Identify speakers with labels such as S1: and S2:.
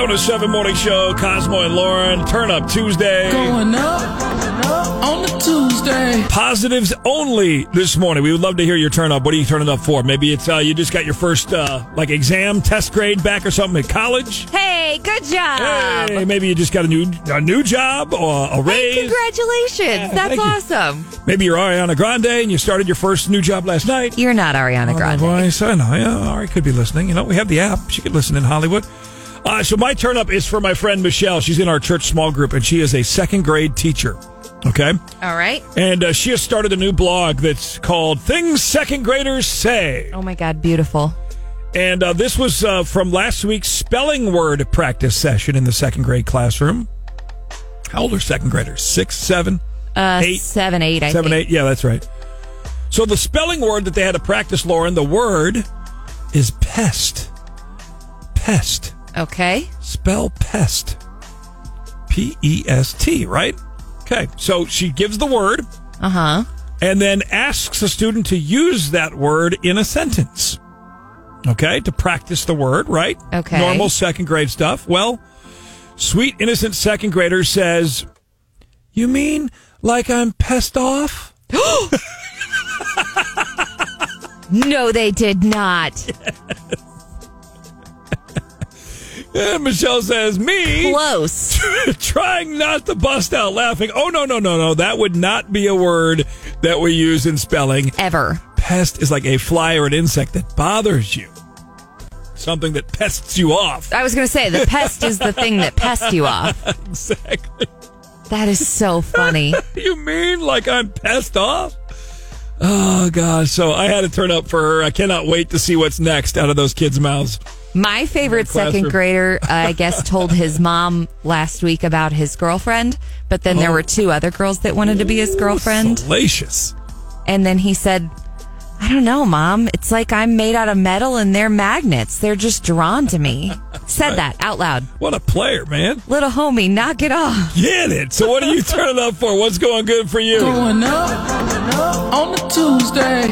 S1: 1027 Morning Show, Cosmo and Lauren. Turn up Tuesday.
S2: Going up, up on the Tuesday.
S1: Positives only this morning. We would love to hear your turn up. What are you turning up for? Maybe it's uh, you just got your first uh, like exam test grade back or something at college.
S3: Hey, good job.
S1: Hey, maybe you just got a new a new job or a
S3: Hey,
S1: raise.
S3: congratulations.
S1: thank
S3: That's
S1: you.
S3: awesome.
S1: maybe you're Ariana Grande and you started your first new job last night.
S3: You're not Ariana Grande.
S1: Oh, my voice. I know. Yeah, Ari could be listening. You know, we have the app. She could listen in Hollywood. Uh, so my turn up is for my friend Michelle. She's in our church small group, and she is a second grade teacher. Okay,
S3: All right.
S1: and uh, she has started a new blog that's called "Things Second Graders Say."
S3: Oh my God, beautiful.
S1: And uh, this was uh, from last week's spelling word practice session in the second grade classroom. How old are second graders? Six, seven,
S3: Uh,
S1: Eight.
S3: Seven, eight, I
S1: seven,
S3: think.
S1: eight. Yeah, that's right. So the spelling word that they had to practice, Lauren, the word is pest. Pest.
S3: Okay.
S1: Spell pest. P E S T, right? Okay. So she gives the word
S3: Uh huh.
S1: and then asks a student to use that word in a sentence. Okay, to practice the word, right?
S3: Okay.
S1: Normal second grade stuff. Well, sweet innocent second grader says, You mean like I'm pissed off?
S3: No, they did not.
S1: And Michelle says, Me
S3: Close.
S1: trying not to bust out laughing. Oh, no, no, no, no. That would not be a word that we use in spelling.
S3: Ever.
S1: Pest is like a fly or an insect that bothers you, something that pests you off.
S3: I was going to say the pest is the thing that pest you off.
S1: Exactly.
S3: That is so funny.
S1: You mean like I'm pissed off? Oh gosh! So I had to turn up for her. I cannot wait to see what's next out of those kids' mouths.
S3: My favorite
S1: classroom.
S3: second grader, I guess, told his mom last week about his girlfriend, but then
S1: Uh-huh.
S3: there were two other girls that wanted to be his girlfriend.
S1: Salacious.
S3: And then he said, I don't know, mom. It's like I'm made out of metal and they're magnets. They're just drawn to me. Said that out loud.
S1: What a player, man!
S3: Little homie, knock it off.
S1: Get it. So what are you turning up for? What's going good for you?
S2: Going up, up on the Tuesday.